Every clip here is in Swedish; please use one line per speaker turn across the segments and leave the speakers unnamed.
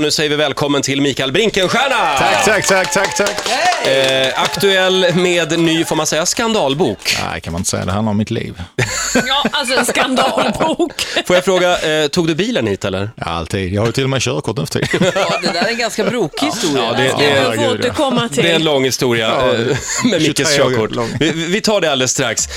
nu säger vi välkommen till Mikael Brinkenstierna!
Tack, tack, tack, tack, tack.
Eh, aktuell med ny, får man säga, skandalbok.
Nej, kan man inte säga. Det handlar om mitt liv.
Ja, alltså en skandalbok.
Får jag fråga, eh, tog du bilen hit eller?
Ja, alltid. Jag har ju till och med körkort nu för tiden.
Ja, det där är en ganska brokig historia.
Ja, det-
Det
det-
får vi
herregud, ja.
återkomma till.
Det är en lång historia
Ja,
eh, med
23
Mickes
år
körkort.
lång.
Vi, vi tar det alldeles strax.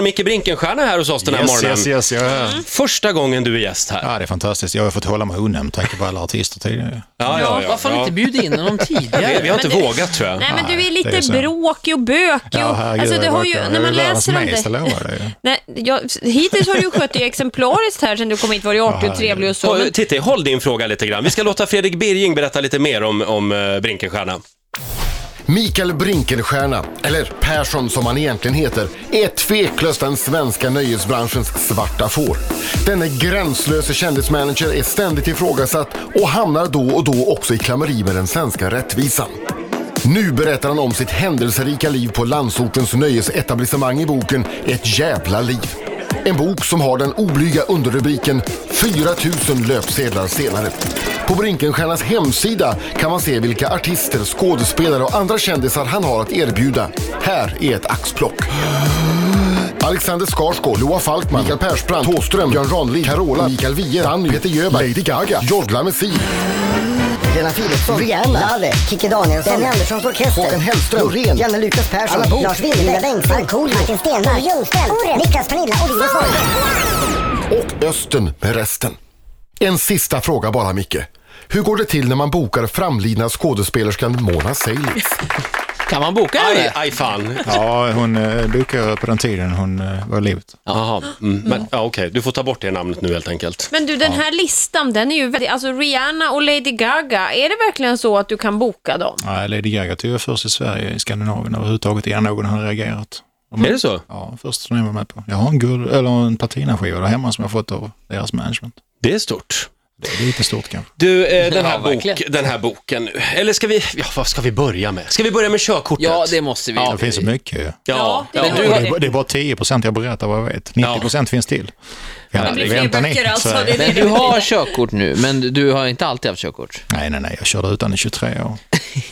Micke Brinkenstierna är här hos oss den här
yes,
morgonen.
yes, yes, jag är här.
Mm.
Första gången du är gäst här.
Ja, det är fantastiskt. Jag har fått hålla mig undan med tanke på alla artister tidigare.
Ja, ja, ja.
Varför har ni inte bjudit in honom
Vi,
tidigare?
vi har inte
Men du-
vågat tror jag.
Nej, men du är
det är
lite
så.
bråkig och bökig.
Ja,
och,
herregud.
alltså, det
jag
har ju,
verkar-
när
jag
man
är världens
läser om
mest,
det.
Jag lovar dig.
Nej, jag, hittills har du ju skött dig exemplariskt här sen du kom hit. Var du artig och trevlig och så.
Håll,
Men,
Titti, håll din fråga lite grann. Vi ska låta Fredrik Birging berätta lite mer om, om eh, Brinkenstierna.
Mikael Brinkenstierna, eller Persson som han egentligen heter, är tveklöst den svenska nöjesbranschens svarta får. Denne gränslöse kändismanager är ständigt ifrågasatt och hamnar då och då också i klammeri med den svenska rättvisan. Nu berättar han om sitt händelserika liv på landsortens nöjesetablissemang i boken Ett jävla liv. En bok som har den oblyga underrubriken 4000 löpsedlar senare. På Brinkenstiernas hemsida kan man se vilka artister, skådespelare och andra kändisar han har att erbjuda. Här är ett axplock. Alexander Skarsgård, Loa Falkman, Mikael Persbrandt, Thåström, Björn Ranelid, Carola, Mikael Wiehe, Danny, Peter Jöback, Lady Gaga, Jodla Messi,
Lena Philipsson, Rihanna, Laleh, Kikki Danielsson, Benny Anderssons Orkester,
Håkan Hellström,
Norén, Janne Lukas Persson,
Anna Bok,
Lars Winnerbäck, Bengtzing, Markoolio, Martin Stenmarck, Ljungström, Niklas Pernilla och Linus Holmgren.
och Östen med resten. En sista fråga bara Micke. Hur går det till när man bokar framlidna skådespelerskan Mona Seilis?
Kan man boka
Aj,
henne?
aj fan.
Ja, hon eh, dukade på den tiden hon eh, var i livet.
Jaha, mm. men ja, okej, du får ta bort det namnet nu helt enkelt.
men du, den här listan, den är ju väldigt... Alltså Rihanna och Lady Gaga, är det verkligen så att du kan boka dem?
Nej, Lady Gaga tog jag först i Sverige, i Skandinavien överhuvudtaget, innan någon hade reagerat.
Är det så?
Ja, första turnén jag var med på. Jag har en, guld, eller en platinaskiva där hemma som jag fått av deras management.
Det är stort.
Det är lite stort kanske.
Du, eh, den, här
Ja, verkligen.
bok, den här boken nu. Eller ska vi, ja, vad ska vi börja med? Ska vi börja med körkortet?
Ja, det måste vi.
Det finns så mycket ju.
Ja,
Ja,
ja.
det-
Och
Du-
det, är, bara- det är bara 10 procent jag berättar vad jag vet. 90 procent finns till. Ja,
blir fler böcker alltså, det är det.
Men du har körkort nu, men du har inte alltid haft körkort.
Nej, nej, nej. Jag körde utan i 23 år.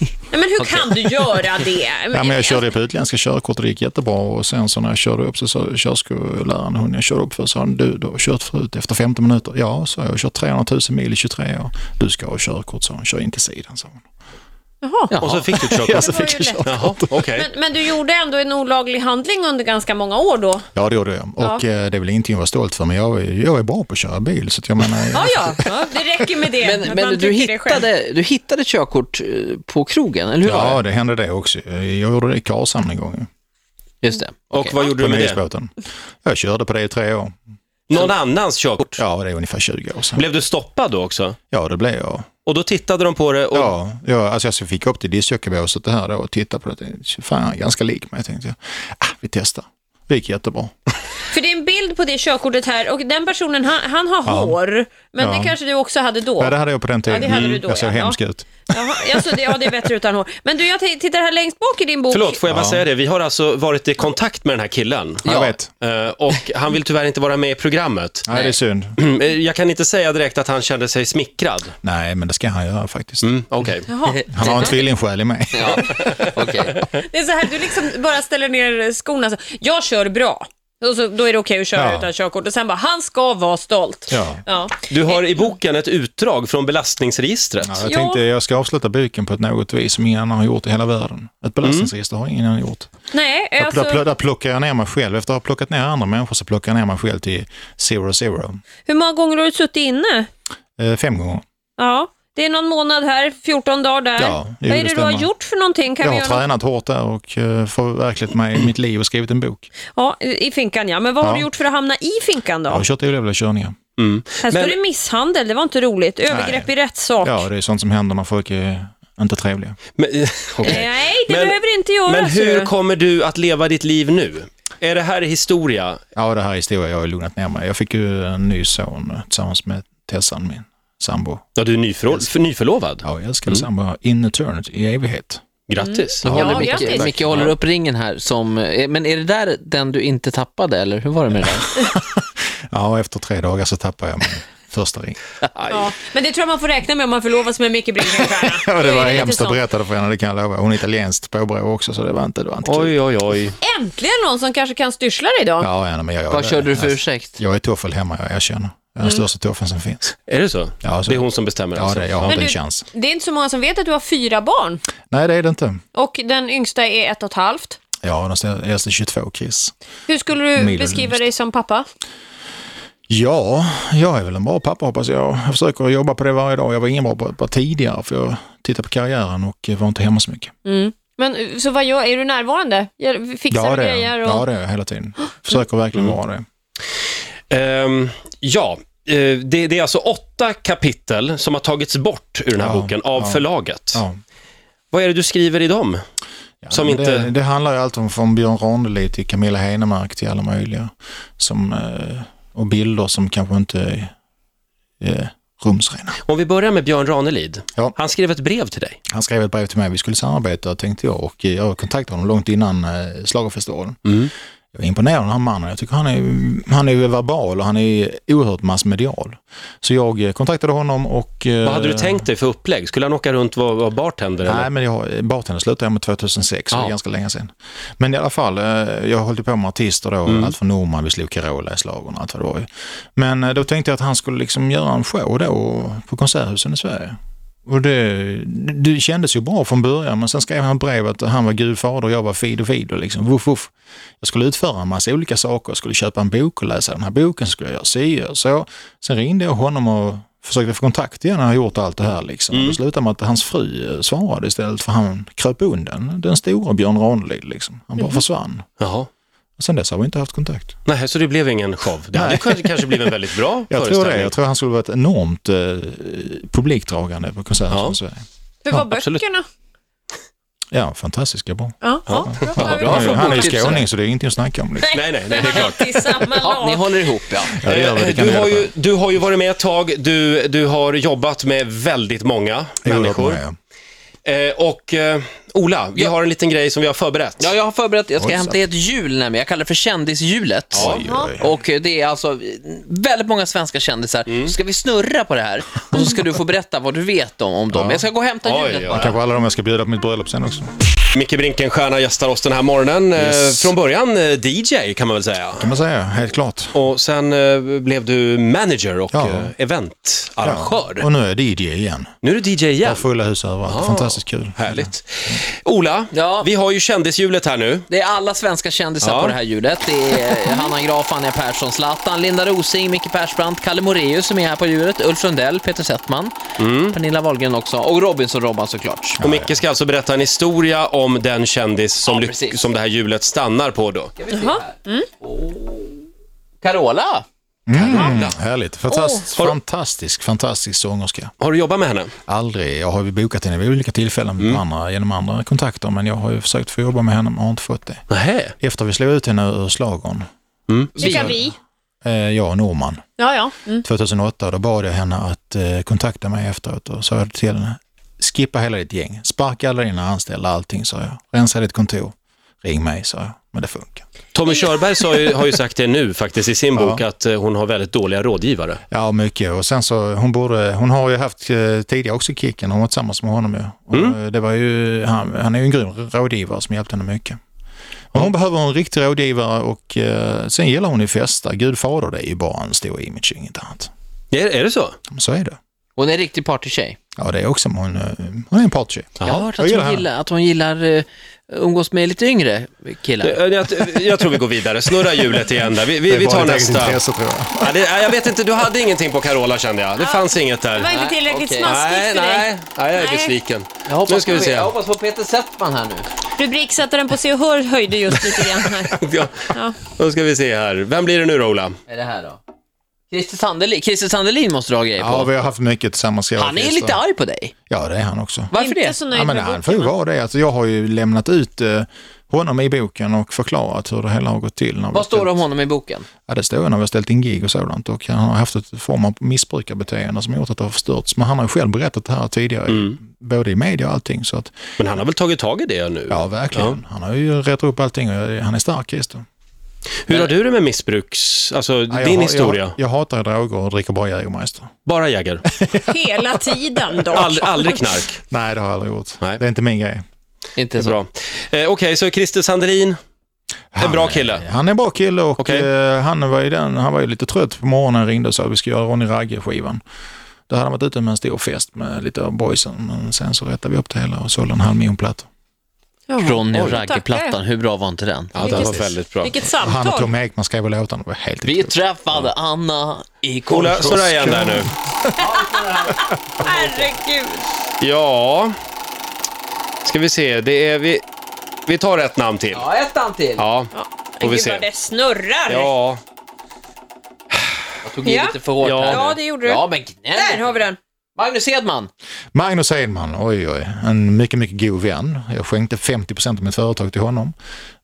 Nej, men hur kan du göra det?
Ja, men jag körde på utländska körkort och det gick jättebra. Och sen så när jag körde upp så sa körskolläraren, hon jag körde upp för, sa han, du, du har kört förut efter 15 minuter. Ja, sa jag, jag har kört 300 000 mil i 23 år. Du ska ha körkort, sa hon. Kör in till sidan, sa hon.
Och så fick du ett
Ja,
körkort.
så
var
fick
ju
jag
lätt.
körkort.
Jaha, okej.
Men, men du gjorde ändå en olaglig handling under ganska många år då?
Ja, det gjorde jag. Och eh, det är väl ingenting att vara stolt för, men jag, är- jag är bra på att köra bil. Så att jag menar,
Ja, ja, ja, det räcker med det.
Men,
att
men
man
du,
tycker det själv.
hittade, du hittade ett körkort eh, på krogen, eller hur var
Ja,
det?
det hände det också. Jag gjorde det i Karlshamn en gång. ju.
Just det.
Och
Okej.
vad gjorde
På
du med det?
nöjesbåten. Jag körde på det i tre år.
Någon annans körkort?
Ja, det är ungefär 20 år sedan.
Blev du stoppad då också?
Ja, det blev jag.
Och då tittade de på det och...
Ja, ja alltså jag fick upp till diskjockeybåset det här då och tittade på det. Tänkte, Fan, jag är ganska lik mig, tänkte jag. Ah, vi testar. Det gick jättebra.
För det är en bild på det körkortet här och den personen, han, han har hår. Men
Ja.
det kanske du också hade då?
Ja, det hade jag på den
Ja,
tiden. Mm.
det hade du då,
jag såg
ja.
hemsk
Ja.
ut.
Jaha, alltså, det, ja, det är bättre utan hår. Men du, jag t- tittar här längst bak i din bok.
Förlåt, får jag bara säga det? Vi har alltså varit i kontakt med den här killen.
Ja. Jag vet.
Eh, Och han vill tyvärr inte vara med i programmet.
Nej, det är synd.
Mm, eh, Jag kan inte säga direkt att han kände sig smickrad.
Nej, men det ska han göra faktiskt.
Mm, Okej.
Jaha.
Han har en tvillingsjäl i mig.
Ja, okej.
Det är så här, du liksom bara ställer ner skorna. Så, jag kör bra. Och så, då är det okej att köra
Ja.
utan körkort. Och sen bara, han ska vara stolt.
Ja.
Ja.
Du har i boken ett utdrag från belastningsregistret.
Ja, jag
Ja.
tänkte jag ska avsluta boken på ett något vis som ingen annan har gjort i hela världen.
Mm.
Ett belastningsregister har ingen annan gjort.
Nej,
Där,
alltså,
där, där plockar jag ner mig själv. Efter att ha plockat ner andra människor så plockar jag ner mig själv till zero zero.
hur många gånger har du suttit inne?
Eh, fem gånger.
Ja, det är någon månad här, 14 dagar där.
Ja, jo,
Vad är
det
det du har
stämmer.
gjort för någonting? Kan
Jag
vi
har
göra något?
tränat hårt där och eh, förverkligat mig, mitt liv och skrivit en bok.
Ja, i finkan ja. Men vad har
Ja.
du gjort för att hamna i finkan då?
Jag har kört olovliga körningar.
här
men-
står det misshandel, det var inte roligt. Övergrepp i rättssak.
Ja, det är sånt som händer när folk är inte trevliga.
Men, okej.
Nej, det
Men-
behöver inte göras.
Men hur
ju.
kommer du att leva ditt liv nu? Är det här historia?
Ja, det här är historia. Jag har lugnat ner mig. Jag fick ju en ny son tillsammans med Tessan, min sambo.
Ja, du är nyförlo- för nyförlovad.
Ja, jag älskade sambo in eternity, i evighet.
Grattis.
Nu håller
grattis.
Micke, Micke håller upp ringen här. Som, eh, men är det där den du inte tappade, eller hur var det med det där?
Ja, efter tre dagar så tappade jag mig. första ring.
Ja. Men det tror jag man får räkna med om man förlovas med Micke Brinkenstierna.
Ja,
Då
det
är
var
lite
hemskt att
sånt.
berätta det för henne, det kan jag lova. Hon är italienskt påbrå också, så det var inte, det var inte kul.
Oj, oj, oj.
Äntligen någon som kanske kan styrsla dig då.
Ja, ja, men jag, jag,
Vad körde du för
jag-
ursäkt?
Jag är toffel hemma, jag erkänner. Jag är den största toffeln som finns.
Är det så?
Ja, så-
Det är hon som bestämmer
Ja,
alltså?
det, jag har
Men
inte en
du-
chans.
Det är inte så många som vet att du har fyra barn
Nej, det är det inte.
och den yngsta är ett och ett halvt.
Ja, den stä- äldste 22, Chris.
Hur skulle du
Mild och
beskriva
lugnt.
dig som pappa?
Ja, jag är väl en bra pappa hoppas jag. Jag försöker jobba på det varje dag. Jag var ingen bra pappa tidigare för jag tittade på karriären och var inte hemma så mycket.
Men eh, så vad gör, är du närvarande? Gör- Fixar
Ja,
du
det är
grejer?
jag.
Och...
Ja, det är jag hela tiden. Försöker verkligen vara det.
Ehm, ja, eh, det, det är alltså åtta kapitel som har tagits bort ur den här
Ja,
boken av
ja.
förlaget.
Ja.
Vad är det du skriver i dem?
Ja,
Som
men
inte-
det, det handlar ju allt om från Björn Ranelid till Camilla Henemark till alla möjliga. Som, eh, och bilder som kanske inte är eh, rumsrena.
Om vi börjar med Björn Ranelid.
Ja.
Han skrev ett brev till dig.
Han skrev ett brev till mig, vi skulle samarbeta tänkte jag och eh, jag kontaktade honom långt innan eh, schlagerfestivalen.
Mm.
Jag är imponerad av den här mannen. Jag tycker han är, han är ju verbal och han är oerhört massmedial. Så jag eh, kontaktade honom och... eh,
Vad hade du tänkt dig för upplägg? Skulle han åka runt och vara- vara bartender?
Nej,
Eller?
men jag, bartender slutade jag med 2006, så det
Ja.
är ganska länge sedan. Men i alla fall, eh, jag höll ju på med artister då,
Mm.
allt från Norman, vi slog Carola i schlagern och allt vad det var. ju. Men eh, då tänkte jag att han skulle liksom göra en show då på Konserthusen i Sverige. Och det, det kändes ju bra från början, men sen skrev han brev att han var gudfader och jag var Fido Fido. Liksom. Wuff, wuff. Jag skulle utföra en massa olika saker. Jag skulle köpa en bok och läsa den här boken, så skulle jag göra si och så. Sen ringde jag honom och försökte få kontakt igen när jag gjort allt det här. Liksom.
Mm.
Det slutade med att hans fru eh, svarade istället för han kröp undan den stora Björn Ranelid. Liksom. Han
Mm.
bara försvann.
Jaha.
Och sen dess har vi inte haft kontakt.
Nej, så det blev ingen show. Det hade kanske kanske blivit en väldigt bra
Jag tror
föreställning.
det. Jag tror han skulle vara ett enormt eh, publikdragande på konserten
Ja.
i Sverige.
Hur var
absolut.
böckerna?
Ja, fantastiska bra.
Ja, ja.
Ja,
Ja,
bra.
han han är ju
Boktipsare.
skåning så det är ingenting att snacka om. Liksom.
Nej, nej, nej, det är klart.
Till samma
Ja, ni
lag.
håller ihop ja.
Ja, det gör vi. Det kan
Eh, du,
vi
har
göra
ju, du har ju varit med ett tag, du, du har jobbat med väldigt många
på. Jo, jag
människor.
kommer ihåg.
Eh, och eh, Ola, vi har en liten grej som vi har förberett.
Ja, jag har förberett, jag ska
Oj,
hämta
så.
ett hjul nämligen. Jag kallar det för kändishjulet.
Oj, oj, oj.
Och det är alltså väldigt många svenska kändisar.
Mm.
Så ska vi snurra på det här och så ska du få berätta vad du vet om, om dem. Jag ska gå och hämta
Oj,
hjulet
oj,
bara.
Kanske alla de jag ska bjuda på mitt bröllop sen också.
Micke Brinkenstierna gästar oss den här morgonen. Eh,
Yes.
Från början eh, DJ kan man väl säga.
Kan man säga, helt klart.
Och sen eh, blev du manager och
Ja.
eh, eventarrangör.
Och nu är jag DJ igen.
Nu är du DJ
Jag har
igen.
fulla hus överallt. Fantastiskt kul.
Härligt. Ola,
Ja.
vi har ju kändishjulet här nu.
Det är alla svenska kändisar
Ja.
på det här ljudet. Det är Hanna Graf, Anja Persson, Zlatan, Linda Rosing, Micke Persbrandt, Kalle Moreus som är här på ljudet, Ulf Lundell, Peter Settman,
Mm.
Pernilla Wahlgren också och Robinson-Robban såklart.
Och Micke ska alltså berätta en historia om den kändis som,
Ja,
ly-
precis.
som det här hjulet stannar på då.
Jaha.
Carola!
Mm, härligt. Fantastisk, fantastisk, fantastisk sångerska.
Har du jobbat med henne?
Aldrig, jag har ju bokat henne vid olika tillfällen med
Mm.
andra, genom andra kontakter, men jag har ju försökt få jobba med henne men har inte fått det.
Nej.
Efter vi slog ut henne ur schlagern,
Vilka vi?
eh, jag och Norman,
Ja, ja. Mm.
2008, då bad jag henne att eh, kontakta mig efteråt och sa jag till henne, skippa hela ditt gäng, sparka alla dina anställda, allting, sa jag. Rensa ditt kontor, ring mig, sa jag. Men det funkar.
Tommy Körberg sa ju, har ju sagt det nu faktiskt i sin bok att eh, hon har väldigt dåliga rådgivare.
Ja, mycket. Och sen så, hon, borde, hon har ju haft eh, tidigare också Kicken, hon var tillsammans med honom ju. Och, eh, Det var ju, han, han är ju en grym rådgivare som hjälpte henne mycket. Men hon behöver en riktig rådgivare och eh, sen gillar hon ju festa. Gud fader, det är ju bara en stor image, inget annat.
Är, är det så?
Men Så är det.
Hon är en riktig partytjej.
Ja, det är också, men hon, eh, hon är en partytjej.
Jag har hört
jag
att
gillar
hon
henne.
gillar, att hon gillar eh, umgås med lite yngre killar.
eh, Jag, jag- jag tror vi går vidare. Snurra hjulet igen där. Vi,
Det
vi,
är
vi
bara
tar
ett eget
nästa.
Intresse, tror jag.
Ja, det, ja, jag vet inte, du hade ingenting på Carola kände jag. Det fanns inget
Det var
där.
inte
Nej,
tillräckligt
okej.
smaskigt
Nej,
för
nej,
dig.
nej, jag är
Nej.
besviken.
Jag hoppas,
Nu ska vi
på,
se.
jag hoppas på Peter Settman här nu.
Rubriksättaren på Se och Hör höjde just lite grann här.
Ja.
Ja.
Då ska vi se här. Vem blir det nu då, Ola?
Är det här då? Christer Sandelin, Christer Sandelin måste du ha grejer på.
Ja, vi har haft mycket tillsammans. jag och
Han är
Christer.
lite arg på dig.
Ja, det är han också.
Varför
inte
det?
så
Ja,
nöjd
men
med
han
boken.
får ju vara det. Alltså, jag har ju lämnat ut eh, honom i boken och förklarat hur det hela har gått till. när vi
Vad står
ställt-
det om honom i boken?
Ja, det står ju när vi har ställt in gig och sådant och han har haft ett form av missbrukarbeteende som gjort att det har förstörts. Men han har ju själv berättat det här tidigare, både i media och allting. Så att,
Men han har väl tagit tag i det nu?
ja, verkligen. Han har ju rätt upp allting och jag- han är stark, Christer.
Hur har du det med missbruks... Alltså,
Ja, jag
din
har-
historia?
Jag, jag hatar droger och dricker bara Jägermeister.
Bara Jäger?
Hela tiden dock.
Ald, aldrig knark?
Nej, det har jag aldrig gjort.
Nej.
Det är inte min grej.
Inte
Det är
så.
bra. Eh, Okej, så Christer Sandelin, en bra kille.
Han är en bra kille och
Okej.
eh, han, var ju den, han var ju lite trött på morgonen ringde och sa att vi ska göra Ronny Ragge-skivan. Då hade han varit ute med en stor fest med lite av boysen, men sen så rättade vi upp det hela och sålde en halv miljon plattor.
Ronny och
Oj,
Ragge-plattan,
tackar.
hur bra var inte den?
Ja, det var väldigt bra.
Vilket
Och Han och
samtal.
Tom Ekman skrev låtarna, det var helt
Vi
otroligt.
träffade Anna i
Ola,
Korpros.
snurra igen där nu.
Herregud.
Ja, ska vi se. Det är vi... Vi tar ett namn till.
Ja, ett namn till.
Ja, Får vi
Gud
se.
vad det snurrar.
ja.
Jag tog i
Ja.
lite för hårt
Ja.
här nu.
Ja, det gjorde du.
Ja, men gnäll
Där
inte.
har vi den.
Magnus Edman.
Magnus Edman, oj oj, en mycket, mycket god vän. Jag skänkte 50 av mitt företag till honom.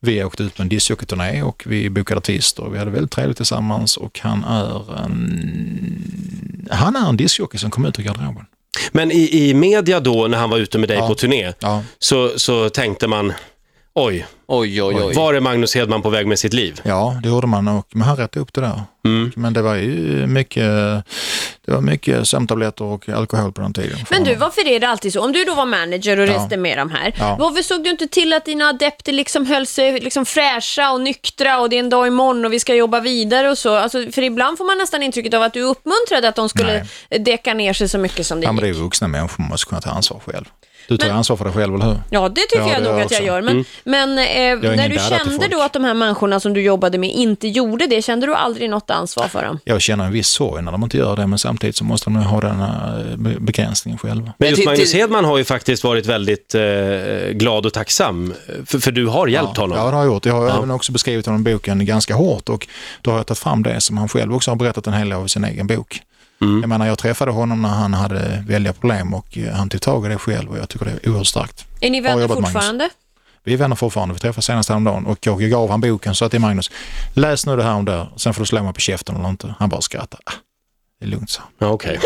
Vi åkte ut på en discjockeyturné och vi bokade artister och vi hade väldigt trevligt tillsammans och han är en, han är en discjockey som kom ut ur garderoben.
Men i, i media då, när han var ute med dig på turné,
Ja.
så, så tänkte man, oj,
Oj, oj, oj.
var är Magnus Hedman på väg med sitt liv?
Ja, det gjorde man och men han rättade upp det där. Men det var ju mycket, det var mycket sömntabletter och alkohol på den tiden.
Men du, varför är det alltid så? Om du då var manager och
Ja.
reste med de här,
Ja.
varför såg du inte till att dina adepter liksom höll sig liksom fräscha och nyktra och det är en dag imorgon och vi ska jobba vidare och så? Alltså, för ibland får man nästan intrycket av att du uppmuntrade att de skulle däcka ner sig så mycket som det
ja, men det
gick.
är vuxna människor, man måste kunna ta ansvar själv. Du tar ansvar för dig själv, eller hur?
Ja, det tycker
Ja,
jag
det
nog
gör
att jag
också. Mm.
gör. Men, men eh,
ingen
när du
dadda till
kände
folk.
då att de här människorna som du jobbade med inte gjorde det, kände du aldrig något ansvar för dem?
Jag känner en viss sorg när de inte gör det, men samtidigt så måste de ju ha den här be- begränsningen själva.
Men just
till-
Magnus
till-
Hedman har ju faktiskt varit väldigt eh, glad och tacksam, för, för du har hjälpt honom.
Ja, det har jag gjort. Jag har även också beskrivit honom i boken ganska hårt och då har jag tagit fram det som han själv också har berättat en hel del av i sin egen bok. Jag menar, jag träffade honom när han hade väldiga problem och eh, han tog tag i det själv och jag tycker det är oerhört starkt.
Är ni
Bra
vänner
jobbat, Magnus.
fortfarande?
Vi är vänner fortfarande, vi träffades senast häromdagen och jag gav han boken så att till Magnus, läs nu det här om där, sen får du slå mig på käften eller inte. Han bara skrattade. "Ah, Det är lugnt, så.
Ja, okej.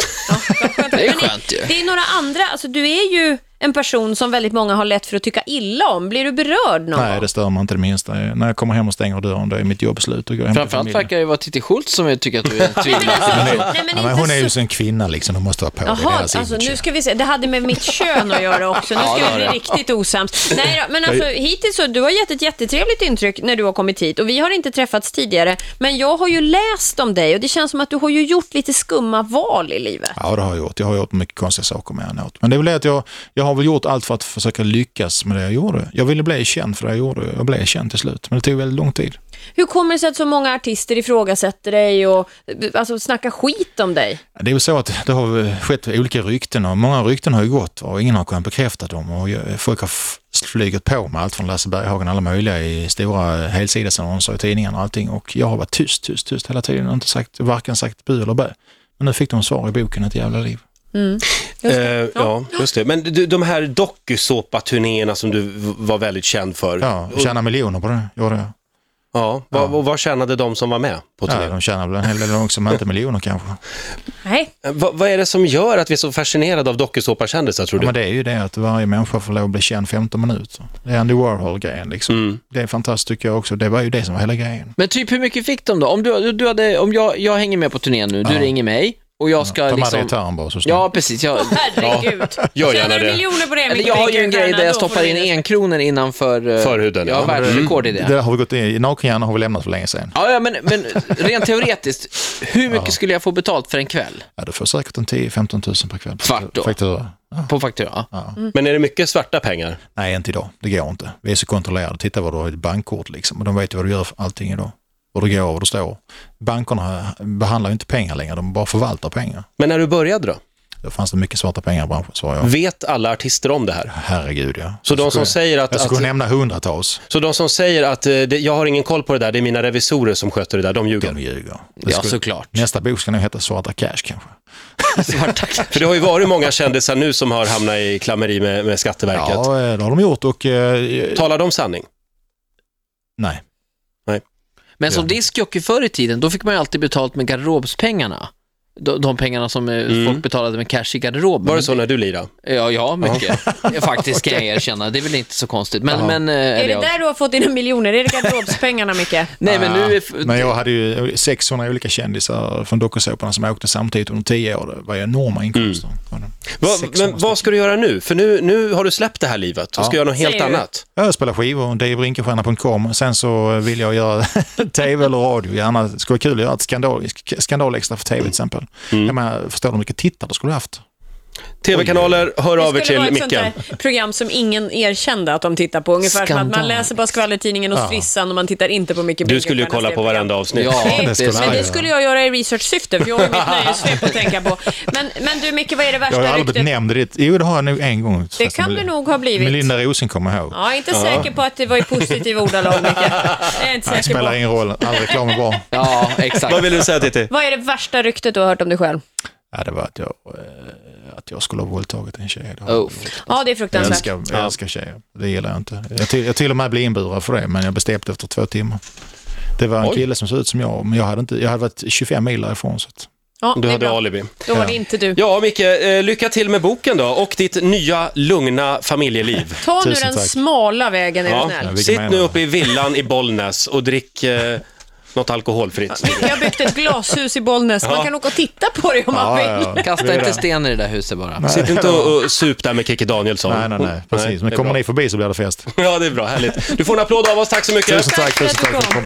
Det är skönt ju.
Det är några andra, alltså du är ju en person som väldigt många har lätt för att tycka illa om. Blir du berörd någon
Nej,
gång?
det stör mig inte det minsta. När jag kommer hem och stänger dörren, då är mitt jobb slut och går hem till
Framförallt
familjen.
verkar det vara Titti Schultz som jag tycker att du är en
Nej, men
tvilling.
alltså, nej, men
Ja, men hon är
inte
ju
så...
en kvinna liksom, hon måste vara på. det är
Jaha,
deras
alltså
image.
nu ska vi se. Det hade med mitt kön att göra också. Nu
Ja,
ska
det
vi
har
bli
det.
riktigt osams. Nej då, men alltså hittills så, du har gett ett jättetrevligt intryck när du har kommit hit och vi har inte träffats tidigare. Men jag har ju läst om dig och det känns som att du har ju gjort lite skumma val i livet.
Ja, det har jag gjort. Jag har gjort mycket konstiga saker med henne. Men det är väl det att jag, jag har väl gjort allt för att försöka lyckas med det jag gjorde. Jag ville bli känd för det jag gjorde. Jag blev känd till slut, men det tog väldigt lång tid.
Hur kommer det sig att så många artister ifrågasätter dig och alltså, snackar skit om dig?
Det är väl så att det har eh, skett olika rykten och många rykten har ju gått och ingen har kunnat bekräfta dem och jag- folk har f- flugit på med allt från Lasse Berghagen och alla möjliga i stora eh, helsidesannonser i tidningarna och allting och jag har varit tyst, tyst, tyst hela tiden och inte sagt, varken sagt bu eller bä. Men nu fick de svar i boken Ett jävla liv.
Eh, ja, just det. Men du, de här dokusåpaturnéerna som du v- var väldigt känd för.
Ja, jag tjänar miljoner på det, gjorde jag.
Ja, vad, och vad tjänade de som var med på
Ja,
turnén?
de tjänar väl en hel del också, men inte miljoner kanske.
Nej,
Eh, Vad, vad är det som gör att vi är så fascinerade av dokusåpakändisar, tror
Ja,
du?
men det är ju det att varje människa får lov att bli känd 15 minuter. Det är Andy Warhol-grejen liksom. Det är fantastiskt tycker jag också. Det var ju det som var hela grejen.
Men typ hur mycket fick de då? Om, du, du hade, om jag, jag hänger med på turnén nu, du ringer mig och jag ska
Ta med dig
liksom...
gitarren bara så snart.
Ja, precis. Jag,
herregud.
Gör gärna
Tjänar du
det.
miljoner på det,
eller
Micke
jag har ju en
Brinkenstierna,
grej där jag
då får
stoppar
du
in
det.
en kronor innanför... eh,
Förhuden,
Jag
ja. Mm.
har världsrekord i
Det
det.
där har vi gått in, nakenhjärnan har vi lämnat för länge sedan.
Ja, ja men, men rent teoretiskt, hur mycket skulle jag få betalt för en kväll
Ja, du får säkert en 10-15 tusen per kväll.
Svart då?
Faktura. Ja.
på faktura?
Men är det mycket svarta pengar?
Nej, inte idag. Det går inte. Vi är så kontrollerade. Titta vad du har i ditt bankkort liksom. Och de vet ju vad du gör för allting idag. Vad du går och vad du står. Bankerna behandlar ju inte pengar längre. De bara förvaltar pengar.
Men när du började då?
Då fanns det mycket svarta pengar i branschen, svarar jag.
Vet alla artister om det här?
Herregud ja.
Mm. Så de som säger att,
Jag skulle
att,
nämna hundratals.
så de som säger att eh, det, jag har ingen koll på det där, det är mina revisorer som sköter det där, de ljuger.
De ljuger. Det
Ja,
skulle-
såklart.
Nästa bok ska nog heta Svarta Cash kanske.
Svarta
För det har ju varit många kändisar nu som har hamnat i klammeri med, med Skatteverket.
Ja, eh, det har de gjort och... eh,
Talar de sanning?
Nej.
Men som diskjockey förr i tiden, då fick man ju alltid betalt med garderobspengarna. de, de pengarna som eh, folk betalade med cash i garderoben.
Mm. Var det så när du lirade?
Ja, ja mycket. Faktiskt kan jag erkänna. Det är väl inte så konstigt. Men, men, eh,
Är
eller
det
ja.
där du har fått dina miljoner? Är det garderobspengarna, Micke?
Nej, men nu... Är,
Men jag hade ju 600 olika kändisar från dokusåporna som åkte samtidigt under 10 år. Det var ju enorma inkomster. Mm.
Va, men vad ska du göra nu? För nu, nu har du släppt det här livet och ska göra något helt
Säger du.
annat.
Jag spelar skivor, davebrinkenstierna.com. Sen så vill jag göra tv eller radio gärna. Det skulle vara kul att göra ett skandal, skandalextra för tv till exempel. Jag menar, förstår du hur mycket tittare du skulle haft?
TV-kanaler, hör av er
Det skulle vara
till
ett sånt
Micke.
där program som ingen erkände att de tittar på. Ungefär som att man
Skandal.
läser bara skvallertidningen och Strissan och man tittar inte på Micke
Du skulle ju kolla på varenda avsnitt.
Ja,
Nej,
det skulle
jag
men det
göra.
skulle jag göra i research-syfte, för jag har ju mitt nöjesvep att tänka på. Men, men du Micke, vad är det
Jag har
värsta
aldrig blivit
ryktet?
nämnd i ditt... Jo, det har jag nog en gång.
Det kan det nog ha blivit.
Melinda Rosen kommer jag ihåg.
Ja, jag är inte säker på att det var i positiva ordalag, Micke. Jag är inte
Nej, det
säker
spelar
på.
ingen roll. All reklam är bra.
Ja, exakt.
Vad vill du säga Titti?
Vad är det värsta ryktet du har hört om dig själv?
Ja, det var att jag, eh, att jag skulle ha våldtagit en tjej. Det har jag
Oh.
Ja, det är
Jag
fruktansvärt.
älskar, jag älskar tjejer. Det gillar jag inte. Jag till, jag till och med blev inburad för det, men jag bestämde efter två timmar. Det var en
Oj.
kille som såg ut som jag, men jag hade, inte, jag hade varit 25 mil därifrån. Så att,
Ja, det
Du
är
hade
bra.
alibi.
Då var det inte du.
Ja, Micke, eh, lycka till med boken då och ditt nya lugna familjeliv.
Ta nu
Tusen
den
tack.
smala vägen, är du
Ja,
snäll.
vilken
sitt
menar
nu
du?
uppe i villan i Bollnäs och drick eh, något alkoholfritt.
Micke har byggt ett glashus i Bollnäs. Man kan åka och titta på det om
Ah,
man vill.
Kasta inte sten i det där huset bara.
Sitt inte och, och sup där med Kikki Danielsson.
Nej, nej, nej. Precis.
det
Men
är
kommer
bra.
ni förbi så blir det fest.
Ja, det är bra. Härligt. Du får en applåd av oss. Tack så mycket.
Tusen
Tack
tack.
för att
Tusen
du
tack för att
kom.
du kom.